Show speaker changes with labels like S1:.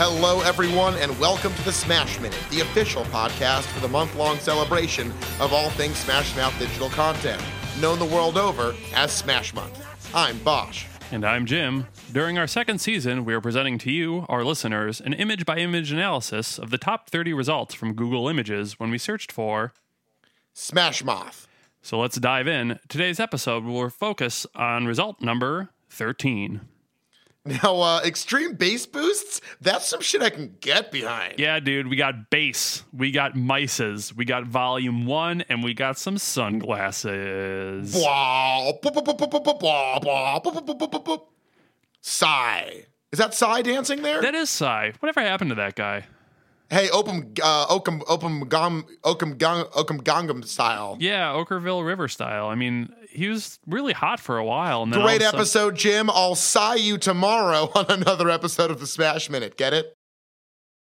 S1: Hello, everyone, and welcome to the Smash Minute, the official podcast for the month long celebration of all things Smash Mouth digital content, known the world over as Smash Month. I'm Bosch.
S2: And I'm Jim. During our second season, we are presenting to you, our listeners, an image by image analysis of the top 30 results from Google Images when we searched for.
S1: Smash Moth.
S2: So let's dive in. Today's episode will focus on result number 13.
S1: Now, uh, extreme bass boosts? That's some shit I can get behind.
S2: Yeah, dude, we got bass, we got mices, we got volume one, and we got some sunglasses.
S1: Blah, blah, blah, blah, blah, blah, blah, blah, blah, blah, blah, blah, blah. Sigh. Is that sigh dancing there?
S2: That is Psy. Whatever happened to that guy?
S1: Hey, Opum, uh, Okum, Okum, Gom, Okum, Gong, Okum, Gongam style.
S2: Yeah, Okerville River style. I mean, he was really hot for a while. And then all
S1: Great
S2: of a sudden-
S1: episode, Jim. I'll sigh you tomorrow on another episode of the Smash Minute. Get it?